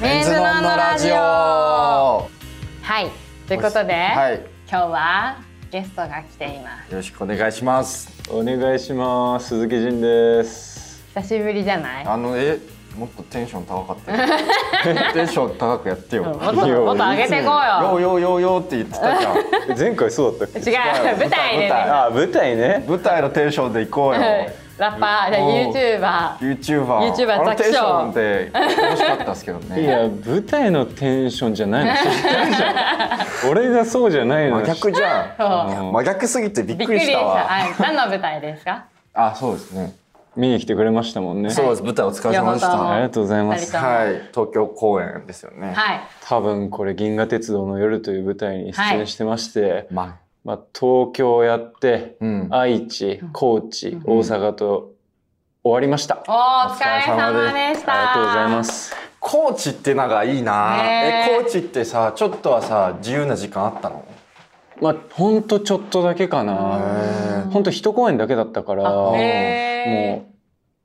メンズノンノラジオははいということで、はいよ今日はゲストが来ていまろしくお願いしますお願いします鈴木仁ですす久しぶりじゃないあのえもっとテンション高かった よテンション高くやってようんもっともっと上げていこようようようようようって言ってた じゃんえ前回そうだったっ違うけ舞台でね舞台あ舞台ね舞台のテンションで行こうようんラッパーじゃあうん YouTuber YouTuber YouTuber あのテンション弱で楽しかったですけどい ねや舞台のテンションじゃないの知ってるじゃん俺がそうじゃないの真逆じゃんそう真逆すぎてびっびっくくりりししたたわはい何の舞台ですかあそうですね見に来てくれましたもんねそうです舞台お疲れ様でしいやた本ありがとうございま二す人ともはい東京公演ですよねはい多分これ銀河鉄道の夜という舞台に出演してまして、ままあ東京やって、うん愛知高知、大阪と終わりました、お疲れ様でしたありがとうございますあ高知ってなんかいいなねええ高知ってさちょっとはさ自由な時間あったのまあほんとちょっとだけかなほんと一公演だけだったからあもうへ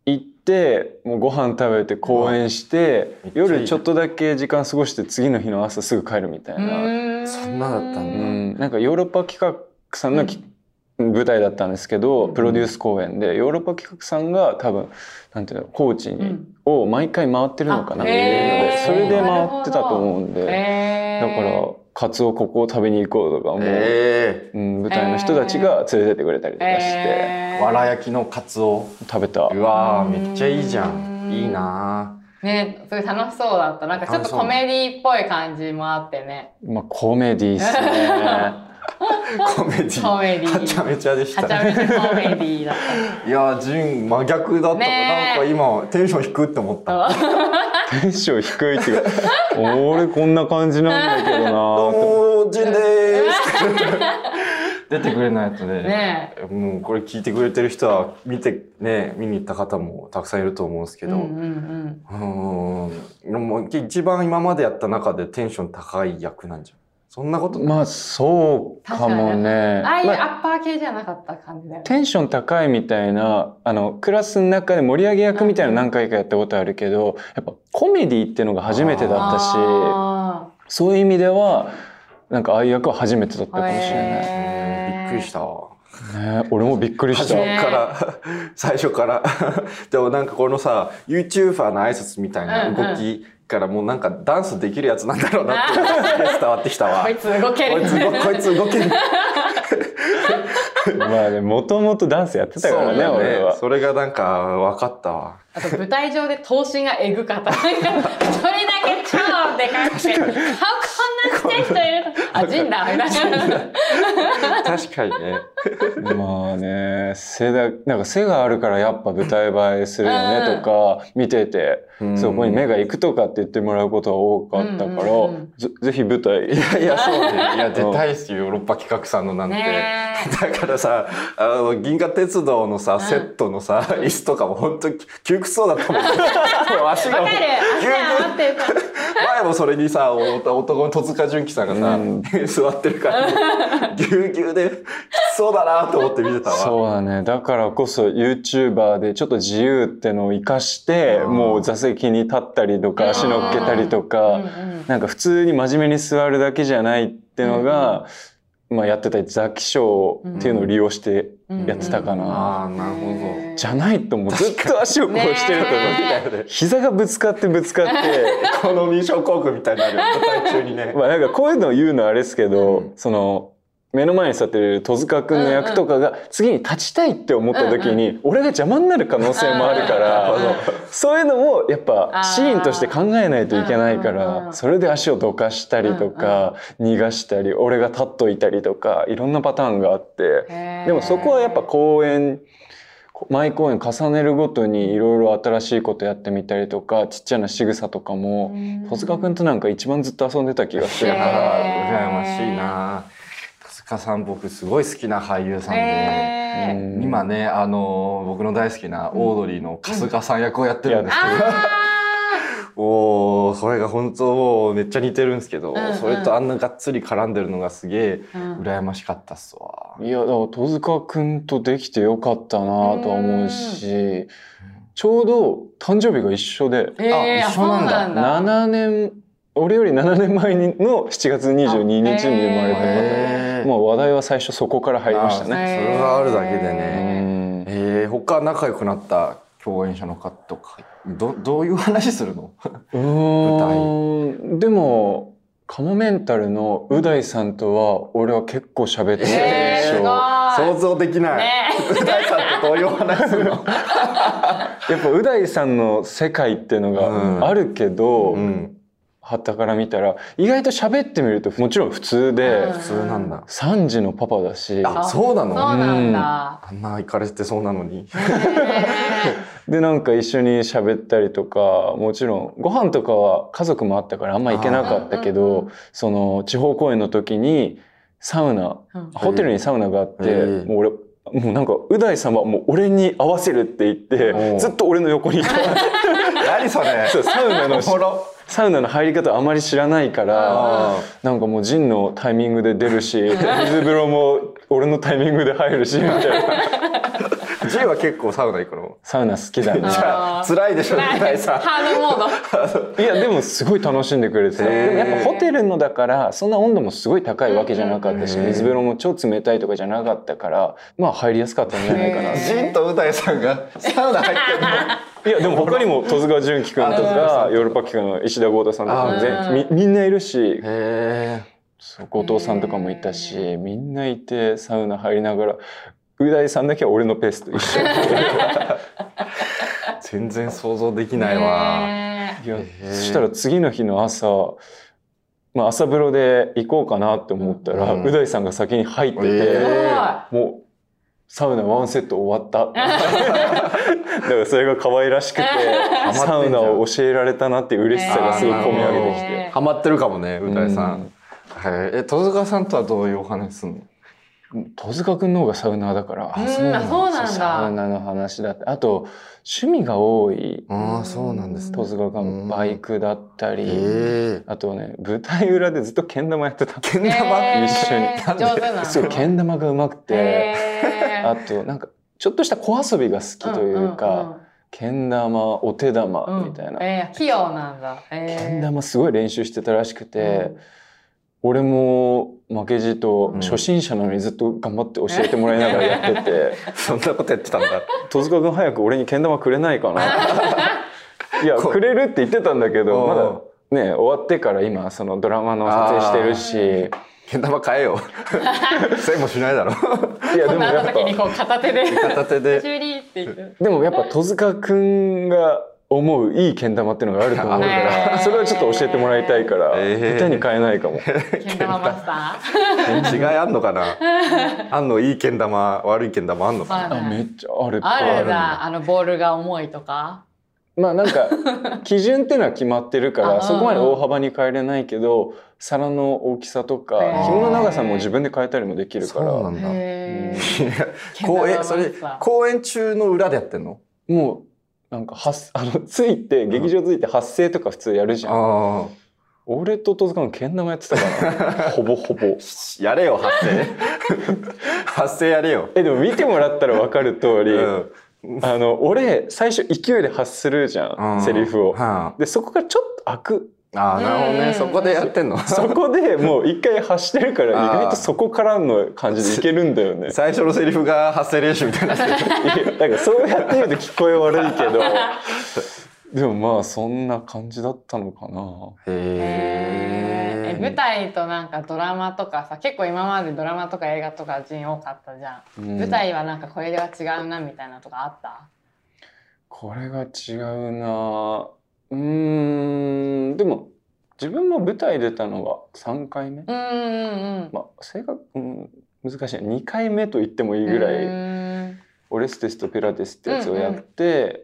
行ってもうご飯食べて公演してうん夜ちょっとだけ時間過ごして次の日の朝すぐ帰るみたいなーそんなだったうんだんなんかヨーロッパ企画さんのき舞台だったんですけどプロデュース公演でヨーロッパ企画さんが多分なんていうの高知うにんを毎回回ってるのかなあっていうのへでーそれで回ってたと思うんでへだーからカツオここを食べに行こうとかもうえうん舞台の人たちが連れてってくれたりとかしてえへーわら焼きのカツオ食べたうわーうんめっちゃいいじゃんいいなね、すごい楽しそうだった。なんかちょっとコメディっぽい感じもあってね。まあコメディーっすね。 コメディコメディはちゃめちゃでしはたちゃねめちゃコメディだっいやジン真逆だったねなんかえ今テンション低いって思ったた。そうテンション低いっていうか俺こんな感じなんだけどなどーってうもジン でーす出てくれないとね ねもうこれ聞いてくれてる人は見てね見に行った方もたくさんいると思うんですけうんど、ううんんーん、でも一番今までやった中でテンション高い役なんじゃんそんなことないまあそうかもうねん。ああいうアまあッパー系じゃなかった感じだよね。テンション高いみたいなあのクラスの中で盛り上げ役みたいなの何回かやったことあるけどやっぱコメディっていうのが初めてだったしあそういう意味ではなんかああいう役は初めてだったかもしれない、うんへーびっくりしたわね、俺もびっくりし初た、めから 最初から でもなんかこのさ YouTuber の挨拶みたいな動きからもうなんかダンスできるやつなんだろうなっていうのが 伝わってきたーわ こいつ動ける。こいつ動こいつ動けるまあねもともとダンスやってたからねそうだ俺はそれがなんか分かったわあと舞台上で頭身がえぐかった。なんか一人だけ超でかくて、顔こんなちっちゃい人い ると、あ、ジンだみたいな。確かにねまあね背だなんか背があるからやっぱ舞台映えするよねとか見てて、うんそこに目が行くとかって言ってもらうことは多かったから、うんうんうんぜぜひ舞台 いやいやそうねいや出たいっすよヨーロッパ企画さんのなんて、ねえ。 だからさあの銀河鉄道のさ、セットのさ椅子とかも本当に窮屈そうだったもんもう足がわもうかる。足が余ってた。前もそれにさお男の戸塚純喜さんがさ、う座ってるからぎゅうぎゅうできつそうだなと思って見てたわそうだねだからこそ YouTuber でちょっと自由ってのを生かしてうんもう座席に立ったりとうんか足乗っけたりとうかんうんなんか普通に真面目に座るだけじゃないってのが、まあ、やってたザキショーっていうのを利用してやってたかな。ああなるほどじゃないともうずっと足をこうしてるとねみたいなね膝がぶつかってぶつか ってエコノミー症候群みたいになるよ舞台中にねまあなんかこういうのを言うのはあれですけど、うんその目の前に座ってる戸塚君の役とかが次に立ちたいって思った時に俺が邪魔になる可能性もあるかうんうんうんらそういうのもやっあーぱシーンとして考えないといけないかうんうんうらんそれで足をどかしたりとか逃がしたり俺が立っといたりとかいろんなパターンがあって。へーでもそこはやっぱ公演毎公演重ねるごとにいろいろ新しいことやってみたりとかちっちゃな仕草とかもん戸塚君となんか一番ずっと遊んでた気がすいるへやなーへー羨ましいな戸塚さん僕すごい好きな俳優さんで、へーうん今ねあの僕の大好きなオードリーの春日さん役をやってるんですけど、あおおそれが本当もうめっちゃ似てるんですけど、うんうんそれとあんながっつり絡んでるのがすげえーうん羨ましかったっすわ。いやだから戸塚君とできてよかったなとは思うしちょうど誕生日が一緒で、えー、ああ一そう緒なんなだんだ。 7年俺より7年前にの7月22日に生まれあへえてもう話題は最初そこから入りましたね。それがあるだけでうねんえー、他仲良くなった共演者の方とかどどういう話するのうーんでもカモメンタルのう大さんとは俺は結構喋ってたえでー、すしょ。ご想い。像でき ないねう大、さんとどういう話するの、やっぱう大さんの世界っていうのうんがあるけど、 うん、旗から見たら意外と喋ってみるともちろん普通で、うん普通なんだ3時のパパだしあそうなそうのなんだ。あんな行かれてそうなのにねでなんか一緒に喋ったりとかもちろんご飯とかは家族もあったからあんま行けなかったあーけうんど、うんその地方公演の時にサウナうんホテルにサウナがあって、へーもう俺もうなんかう大さんはもう俺に合わせるって言って、うんずっと俺の横にいた 何 それそうサウナのおもろサウナの入り方あまり知らないから。あなんかもうジンのタイミングで出るし水風呂も俺のタイミングで入るしみたい なー G は結構サウナ行くのサウナ好きだねじゃああー辛いでしょう大さんハードモーいやでもすごい楽しんでくれてたへーでもやっぱホテルのだからそんな温度もすごい高いわけじゃなかったしうんうんうん水風呂も超冷たいとかじゃなかったからまあ入りやすかったんじゃないかなへージンとう大さんがサウナ入ってるのいやでも他にも戸塚純喜君とあかヨーロッパ機関の石田豪太さんとかもあ全みみんないるしへそう後藤さんとかもいたしみんないてサウナ入りながらう大さんだけは俺のペースと一緒え全然想像できド。ないわ、ねいやへーそしたら次の日の朝まあ朝風呂で行こうかなって思ったらうんう大さんが先に入ってて。へすごい。ーもうサウナワンセット終 わった。だからそれが可愛らしくてハマってんじゃんサウナを教えられたなっていう嬉しさがすごい込み上げてきねて。ハマってるかもねう大さん、うんはいえ戸塚さんとはどういうお話すんの戸塚君の方がサウナーだから。うんそうなんだそうなんだサウナの話だって。あと趣味が多いああそうなんですね戸塚うん君バイクだったへり。えあとね舞台裏でずっとけん玉やってた。けんえ玉、ー一緒になんで上手なの。そうけん玉がうまくて。へーあとなんかちょっとした小遊びが好きというか。けん玉お手うんうんう玉んみたいな、うんえー器用なんだ。けんえ玉すごい練習してたらしくて、うん俺も負けじとうん初心者なのにずっと頑張って教えてもらいながらや っててそんなことやってたんだ戸塚君早く俺にけん玉くれない かないやこうくれるって言ってたんだけどまうんだね終わってから今そのドラマの撮影してるしけん玉買えよせいもしないだろいやー。今でも度会やったっ時にぱこう片手で。片手久でしぶりって言って。でもやっぱ戸塚君が思ういいけん玉っていうのがあると思うかへーらそれ はちょっと教えてもらいたいからへー下手に買えない かも。けん玉マス タ違いあんのかなあんのいいけん玉悪いけん玉あんのかあなあめっちゃあるー。あるんあだ。あのボールが重いとか。まあなんか基準っていうのは決まって るかあうんらそこまで大幅に変えれないけど皿の大きさとかへー紐の長さも自分で変えたりもできるかそうらなんだへー。いや公演それ公演中の裏でやってんのもうなんか発 あのついて劇場ついて発声とか普通やるじゃん、あ俺と戸塚のけん玉やってたから ほぼほぼあやれよ発声 発声やれよ、えでも見てもらったら分かる通うり、あの俺最初勢いで発するじゃん、セリフを、はでそこからちょっと開くあ、ああなるほどうねんそこでやってんのそこでもう一回発してるから意外とそこからの感じでいけるんだ よ ね最初のセリフが発声練習み たいになってるいやなんかそうやってみると聞こえ悪いけ どでもまあそんな感じだったのかなえーえ舞へ台となんかドラマとかさ結構今までドラマとか映画とか人多かったじゃん、うん舞台はなんかこれでは違うなみたいなとかあったこれが違うなうーんでも自分も舞台出たのが3回目、うんうんうんまあ正確、うん、難しい2回目と言ってもいいぐらい、いオレステスとピラティスってやつをやって、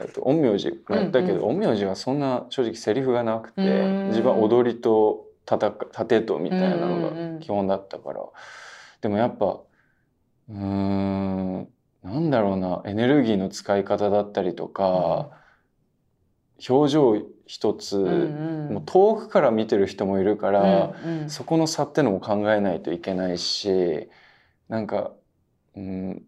えっと陰陽師もやったけど、陰陽師はそんな正直セリフがなくうて、ん自分は踊りと戦う盾とみたいなのうんうんうんが基本だったから、でもやっぱうーんなんだろうなエネルギーの使い方だったりとか、表情一つ、もう遠くから見てる人もいるから、うんうんそこの差ってのも考えないといけないしなんか、うん、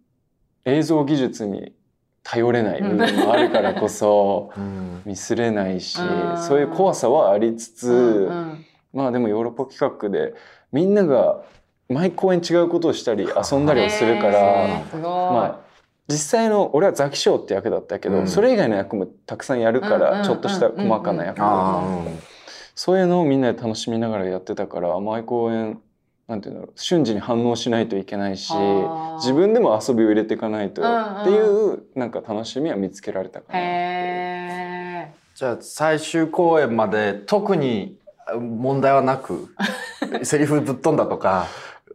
映像技術に頼れない部分もあるからこ そうんミスれないしうんそういう怖さはありつつ、うんうんまあでもヨーロッパ企画でみんなが毎公演違うことをしたり遊んだりをするかへら、ーすごいまあ実際の俺はザキショウって役だったけど、うんそれ以外の役もたくさんやるかうんうんうんうらんちょっとした細かな役ああ、そういうのをみんなで楽しみながらやってたから毎公演なんていうんだろう瞬時に反応しないといけないしあー自分でも遊びを入れていかないと、うんうんっていうなんか楽しみは見つけられたかな。へえじゃあ最終公演まで特に問題はなく セリフぶっ飛んだとか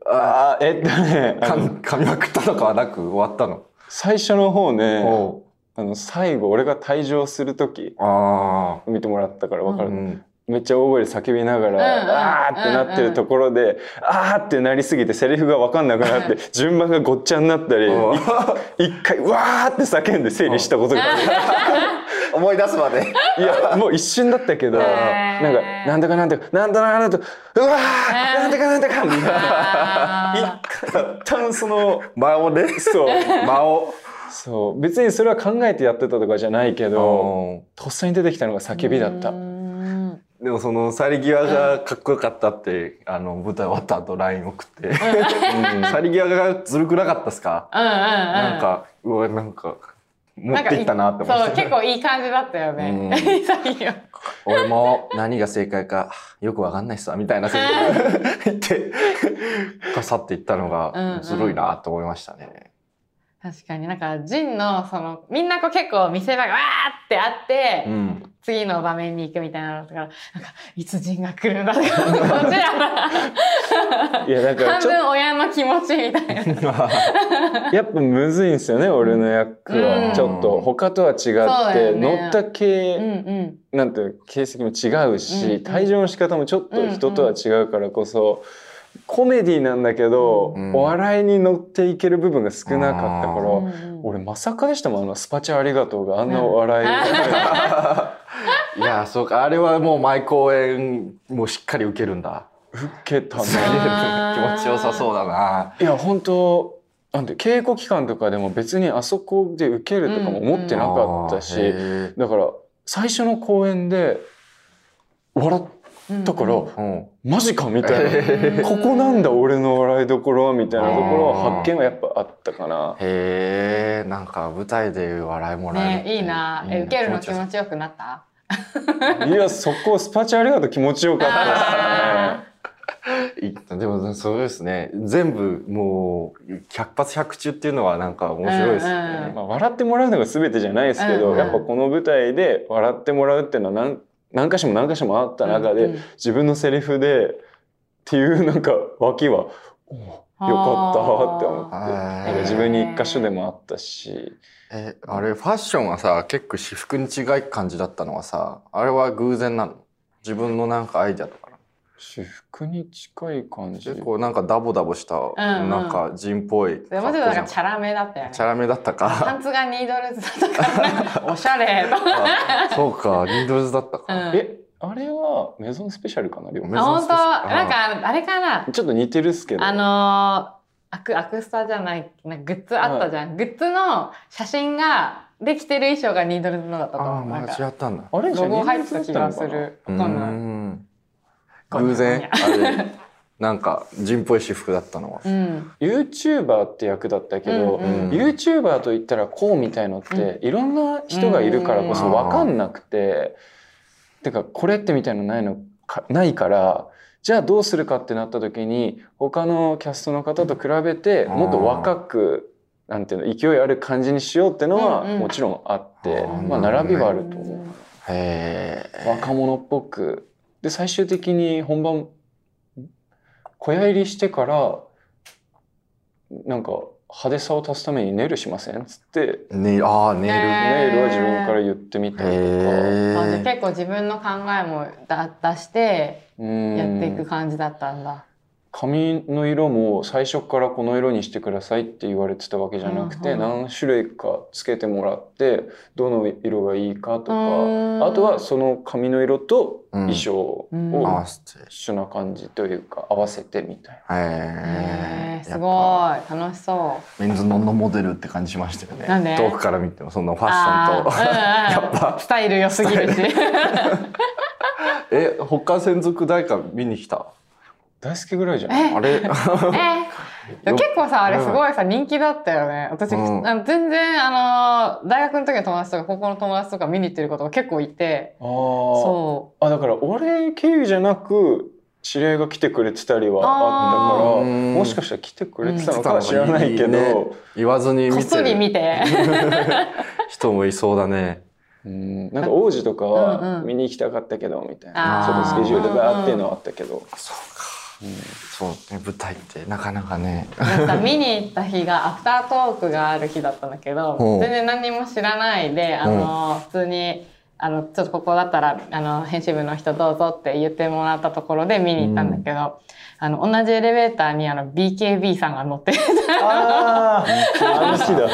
ああーえっとねーあかのん噛みまくったとかはなく終わったの。最初の方ねおうあの最後俺が退場する時あ見てもらったから分かあ、る、うん、めっちゃ大声で叫びなうがら、んうんあーってなってるところで、あーってなりすぎてセリフが分かんなく なって、順番がごっちゃになったり、おう 一回わーって叫んで整理したことがある。思い出すまで。いやもう一瞬だったけど、へーなんかなんだかなんだかなんだかなんだかうわーなんだかなんだかみたいなあ一旦その間をねそう間を。そう別にそれは考えてやってたとかじゃないけど、うんとっさに出てきたのがー叫びだったう。んでもその去り際がかっこよかったって、あの舞台終わった後 LINE 送って、去り際がずるくなかったですか、うんうんうん、なんかうわなんか持なっんかていったなって思ってそう結構いい感じだったよね。う潔いよ俺も何が正解かよくわかんないっすわみたいなセリフ言ってかさっていったのうんうがんずるいなと思いましたね。確かになんかジンのそのみんなこう結構見せ場がわーってあって、うん、次の場面に行くみたいなのとかなんかいつジンが来るんだとかこちらいやなんがか半ちょっ分親の気持ちみたいな。とやっぱむずいんですよね俺の役うんはちょっと他とは違って、よね乗った系、うんうんなんていうの形跡も違うし、うんうん退場の仕方もちょっと人とは違うからこそ、コメディなんだけど、うんお笑いに乗っていける部分が少なかったから、うんうん。俺まさかでしたもんあの「スパチャありがとう」があんなお笑い、 いやそうかあれはもう毎公演もうしっかり受けるんだ。受けたね気持ちよさそうだな。いや本当なんて稽古期間とかでも別にあそこで受けるとかも思ってなかったし、あーへーだから最初の公演で笑ったから、うんマジかみたいな。うんここなんだ俺の笑いどころはみたいなところは発見はやっぱあったか な。へえ、なんか舞台で笑いもらえるって。ねいいな。え受けるの気ちよ持ちよくなった。いやそこスパチャありがとう気持ちよかったであさでもそうですね。全部もう百発百中っていうのはなんか面白いですうんすね。ね。まあ笑ってもらうのが全てじゃないですけうんど、うんやっぱこの舞台で笑ってもらうっていうのは何何箇所も何箇所もあったー中で、うんうん自分のセリフでっていうなんか脇はおよかったって思ってあーなんか自分に一箇所でもあったしえ、あれファッションはさ、結構私服に違い感じだったのはさ、あれは偶然なの。自分のなんかアイデアとかな私服に近い感じの。結構なんかダボダボした、うんなんか人っぽいで格も好ちじょっとなんゃかん。チャラめだったよねチ。ャラめだったパンか。ツがニードルズだったからなんかおしゃれ。あそうか、ニードルズだったうか。んえあれはメゾンスペシャルかな両方メあ、ゾン本ス当ペシャルなんか、あれかなちょっと似てるっすけどあのーアク、アクスタじゃない、なんかグッズあったじゃん。グッズの写真が、できてる衣装がニードルズのだったとああ、思う。な間ん違か、ったんだ。あれロゴ入ってた気がす。る。うわかんない。ーんわかんない偶然あれなんか人っぽい私服だったのはう。ん。ユーチューバーって役だったけど、うんうんユーチューバーといったらこうみたいのって、いろんな人がいるからこそ分かんなくて、てかこれってみたいのないのかないからじゃあどうするかってなった時に他のキャストの方と比べてうんもっと若く、なんていうの勢いある感じにしようってのはうんうんもちろんあって、うんまあ、並びはあると思う。へえ。若者っぽくで最終的に本番ん小屋入りしてからなんか派手さを足すためにネイルしませんっつってねああネイねル。へネイルは自分から言ってみたりとかあじゃあえ。結構自分の考えもだ出してうんやっていく感じだったんだ。髪の色も最初からこの色にしてくださいって言われてたわけじゃなくて、うん何種類かつけてもらってどの色がいいかとうんかあとはその髪の色と衣装をうん合うわせて。一緒な感じというか合わせてみたいへえーーすごい楽しそい。メンズノンのモデルって感じしましたよね。なんで遠くから見てもそのフう。ァッシあーョうんうンんとやっぱスタイル良すぎるし。え他専属誰か見に来た。な大好きぐらいじゃないえあ れえ でも結構さあれすごいさ人気だったよね私、うんあの全然あの大学の時の友達とか高校の友達とか見に行ってることが結構いてあーそあだから俺経由じゃなく知り合いが来てくれてたりはあったあかーらもしかしたら来てくれてたのかは知らないけうん来てたのど、言わずにうこっ見そてりる見 て人もいそうだね。うん、なんか王子とかうんうはん見に行きたかったけどみたいあなーちょっとスケジュールがあっていうのはあったけど、そうか。うんそうね舞台ってなかなかね。なんか見に行った日がアフタートークがある日だったんだけどほう全然何も知らないであの、普通にあのちょっとここだったらあの編集部の人どうぞって言ってもらったところで見に行ったんだけど、あの同じエレベーターにあの BKB さんが乗ってああの日だ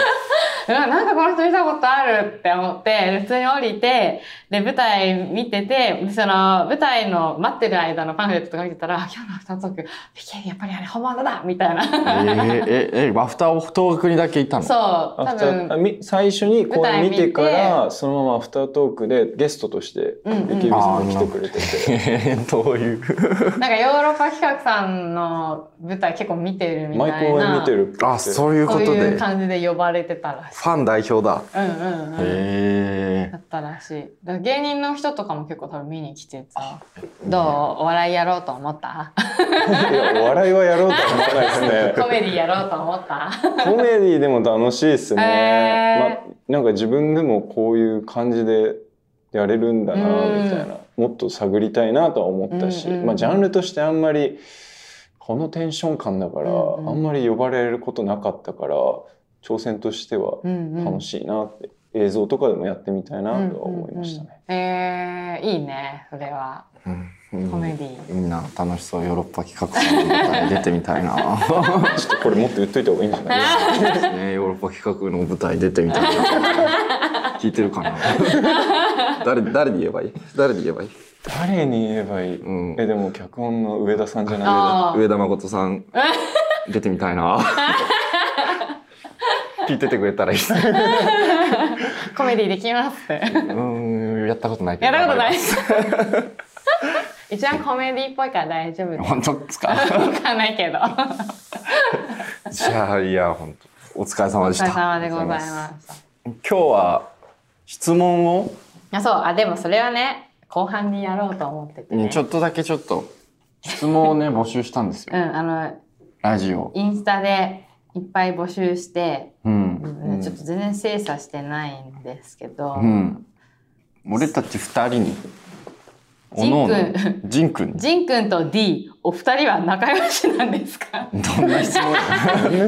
うわ なんかこの人見たことあるって思って、普通に降りて、で、舞台見てて、その、舞台の待ってる間のパンフレットとか見てたら、あ今日のアフタートーク、PK やっぱりあれ本物だみたいえな。 ー、ええアフターオフトークにだけいたの。。そうう、多アフターあ分、み最初にこ舞う台見見ててからそのままアフタートークでゲストとしてうんうん AKB さんが来てくれてて、どういう。なんかヨーロッパ企画さんの舞台結構見てるみたいな。毎公演見てるっぽく てあそういうそこうといでうフ感じで呼ばれてたらしい。ァン代表だ。うんうんうん。へだったらしい。だから芸人の人とかも結構多分見に来てさ、どうお笑いやろうと思った いやお笑いはやろうとは思わないですねコメディやろうと思った コメディでも楽しいですね、へまなんか自分でもこういう感じでやれるんだなうんみたいな、もっと探りたいなとは思ったし、うんうんまあ、ジャンルとしてあんまりこのテンション感だから、うんうんあんまり呼ばれることなかったから挑戦としてはうんうん楽しいなって、映像とかでもやってみたいなとは思いましたうんね。うんうんえーいいね、それは。え。うんコメディ。みんな楽しそうヨーロッパ企画さんの舞台に出てみたいな。 ちょっとこれもっと言っといた方がいいんじゃないそうですね、ヨーロッパ企画の舞台出てみたいな。聞いてるか な。誰、誰に言えばいい。誰に言えばいい。誰に言えばいい、うんえでも脚本の上田さんじゃないあー上田誠さん。出てみたいな。聞いててくれたらいいですね。 コメディできますって。うーん、やったことないけやど。ったことない い。です。一番コメディっぽいから大丈夫です。本当ですか。 わかんないけど。おじゃあ、いや、本当。お疲れ様でし疲た。れ様でございま今した。日は。質問を。あ、そう、あ、でもそれはね、後半にやろうと思ってて、ね。ちょっとだけちょっと。質問をね、募集したんですうよ。ん、あの、ラジオ。インスタでいっぱい募集して、うんう。んちょっと全然精査してないんですけど、うん、俺たち二人にジンくんおのおのジン君にジンくんと D、お二人は仲良しなんですかどんな質問 だ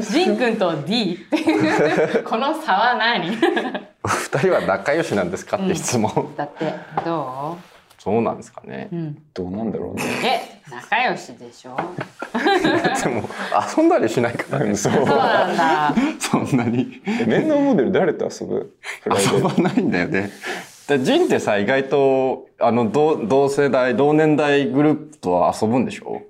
ジン君と D っていう この差は何二人は仲良しなんですかって質問、だってどそうなんですかねう、うん、どうなんだろうね。え仲良しでしょでも遊んだりしないからね そそううなんだそんなに面倒モデル誰と遊ぶプライベ遊ートばないんだよねでジンってさ意外とあの同同世代同年代グループとは遊ぶんでしょ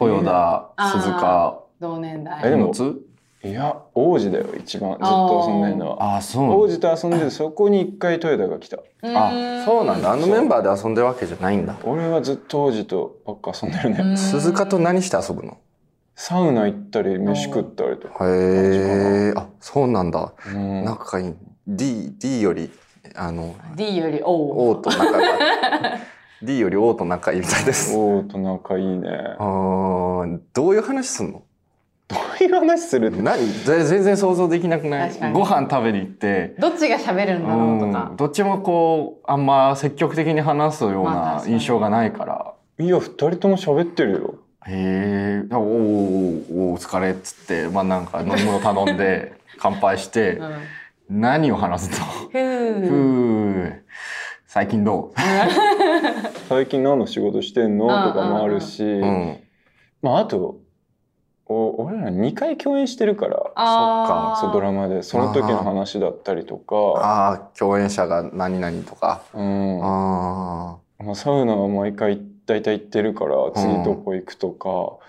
豊田、うん鈴鹿同年えで代も小松いや王子だよ一番ずっと遊んでるのはあそう王子と遊んでてそこに一回トヨタが来たあそうなんだあのメンバーで遊んでるわけじゃないんだ俺はずっと王子とばっか遊んでるね鈴鹿と何して遊ぶのサウナ行ったり飯食ったりとへかえ、あ、そうなんだ。うん仲いい。D、D より、あの、 D より O, O と仲が、D より O と仲いいみたいです。王と仲いいねあーどういう話すんのどういう話するって何ぜ全然想像できなくない確かにご飯食べに行って、どっちが喋るんだろうとうかんどっちもこう、あんま積極的に話すようまあな確かに印象がないから。いや二人とも喋ってるよへえ、おーおーおーお疲れっつって、まあなんか飲み物頼ん で、乾杯してう、ん何を話すと。ふふうう最近ど最近何の仕事してんのうんとかもあるしう、うん、まああとお俺ら2回共演してるからあーそうドラマでその時の話だったりとかああ共演者が何々とか、うんあまあ、サウナは毎回大体行ってるから次どこ行くとか、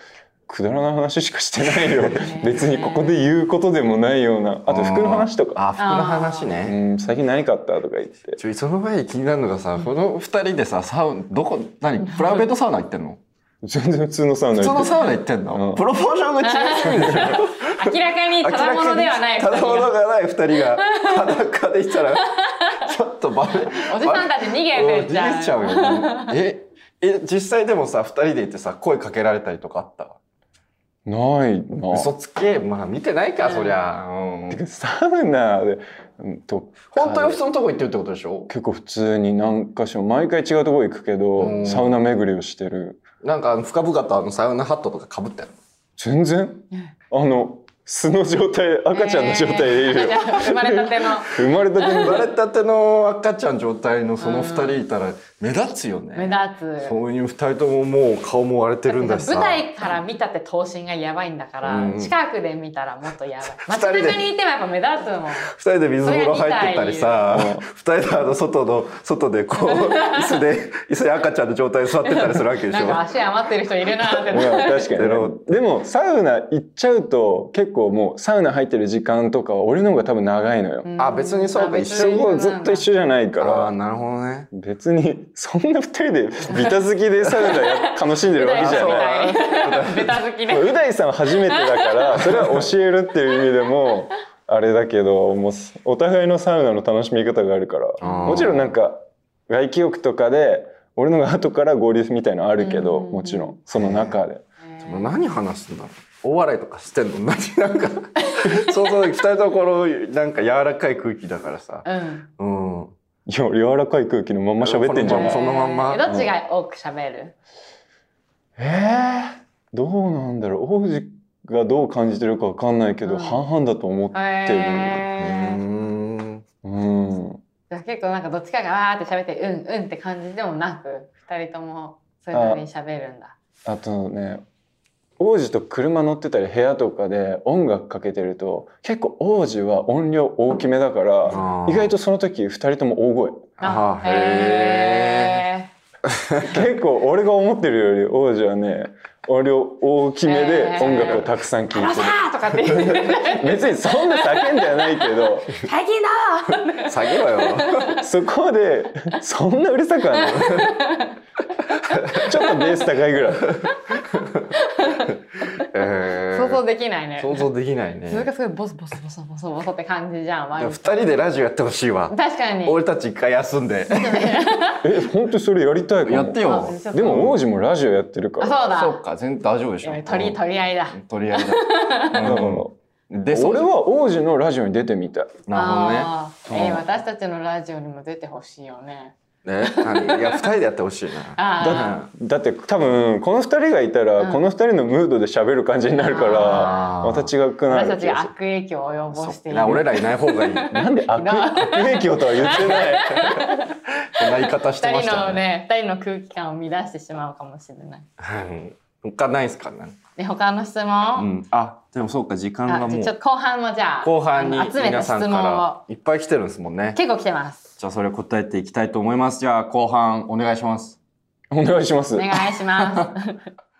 くだらない話しかしてないよ別にここで言うことでもないようなああと服の話とかあー服の話「うねん最近何買った?」とか言ってちょいその前に気になるのがさこの二人でさサウどこ何プライベートサウナ行ってんの全然普通のサウナ普通行のってサウナ行ってんの、うんプロポーションが違うすぎるでしょ明らかにただものではないただものがない二人が裸でいた らちょっとバレおじさんたち逃げうてっんちゃう逃げちゃうよねええ実際でもさ二人でいてさ声かけられたりとかあったないな嘘つけまあ見てないか、うんそりゃ、うんてかサウナでうんと本当に普通のとこ行ってるってことでしょ結構普通に何か所毎回違うとこ行くけど、うんサウナ巡りをしてるなんかあの深々とあのサウナハットとかかぶってんの全然あの素の状態赤ちゃんの状態で いるよ、えー生まれたての生まれたての生まれたての赤ちゃん状態のその二人いたら目立つよ目ね、立つそういう二人とももう顔も割れてるんだしさ舞台から見たって頭身がやばいんだから、うん近くで見たらもっとやばい二街人で中にいてもやっぱ目立つもん二人で水風呂入ってたりさそれ二が見人であの外の外でこう椅子で椅子で赤ちゃんの状態で座ってたりするわけでしなんょか足余ってる人いるなーっていや確かにね、ゼロでもサウナ行っちゃうと結構もうサウナ入ってる時間とかは俺の方が多分長いのよ、うんあ別にそうかあ別にそこずっと一緒じゃないからなるほどね別にそんな二人でビタ好きでサウナや楽しんでるわけじゃ舞な台いみたいベ タ好きねう大さん初めてだからそれは教えるっていう意味で もあれだけどもうお互いのサウナの楽しみ方があるからあーもちろんなんか外気浴とかで俺のが後から合流みたいのあるけどうんもちろんその中で。でも何話すんだろう大笑いとかしてんの 何なんかそうそう二人ところなんか柔らかい空気だからさうんうんいや柔らかい空気のまんま喋ってんじゃんもうそのまんまえーどっちが多く喋る、えー、どうなんだろう王子がどう感じてるかわかんないけど、うん半々だと思ってる、うえーんうんじゃあ結構なんかどっちかがわーって喋ってうんうんって感じでもなく二人ともそれなりに喋るんだあとね王子と車乗ってたり部屋とかで音楽かけてると結構王子は音量大きめだからあー意外とその時2人とも大声あーへえへ結構俺が思ってるより王子はね音量大きめで音楽をたくさーん聴いあらてさーとかって言ってる別にそんな叫んではないけど最近だー下げろよそこでそんなうるさくはない ちょっとベース高いぐらいえー想像できないね想像できないね鈴鹿すごいボソボソボソボソボソって感じじゃんい割やと二人でラジオやってほしいわ確かに俺たち一回休んでえ本当にそれやりたいかもやってよあちょっとでも王子もラジオやってるかあらそうだそうか全然大丈夫でしいょや取り取り合いだうん取 り合いだだからうんでそう俺は王子のラジオに出てみたいなあーえーうん私たちのラジオにも出てほしいよねるほどねね何いや 二人でやってほしいなあうんだって多分この2人がいたうらんこの2人のムードで喋る感じになるからあーまた違くあな私たるち気ががする悪影響を及ぼしていいるや俺らいない方がい い。こなんで悪悪影響とは 言ってないんな言い方して二まし人たのよね。ね二人の空気感を乱してしまうかもしれないうん他ないですかね。で他の質う問、ん。あ、でもそうか時間があじもゃあうちょっと後半もじゃあ後半にあの集めた皆質さんか問をらいっぱい来てるんですもんね。結構来てますじゃあそれ答えていきたいと思います。じゃあ後半お願いします。お願いしますお願いします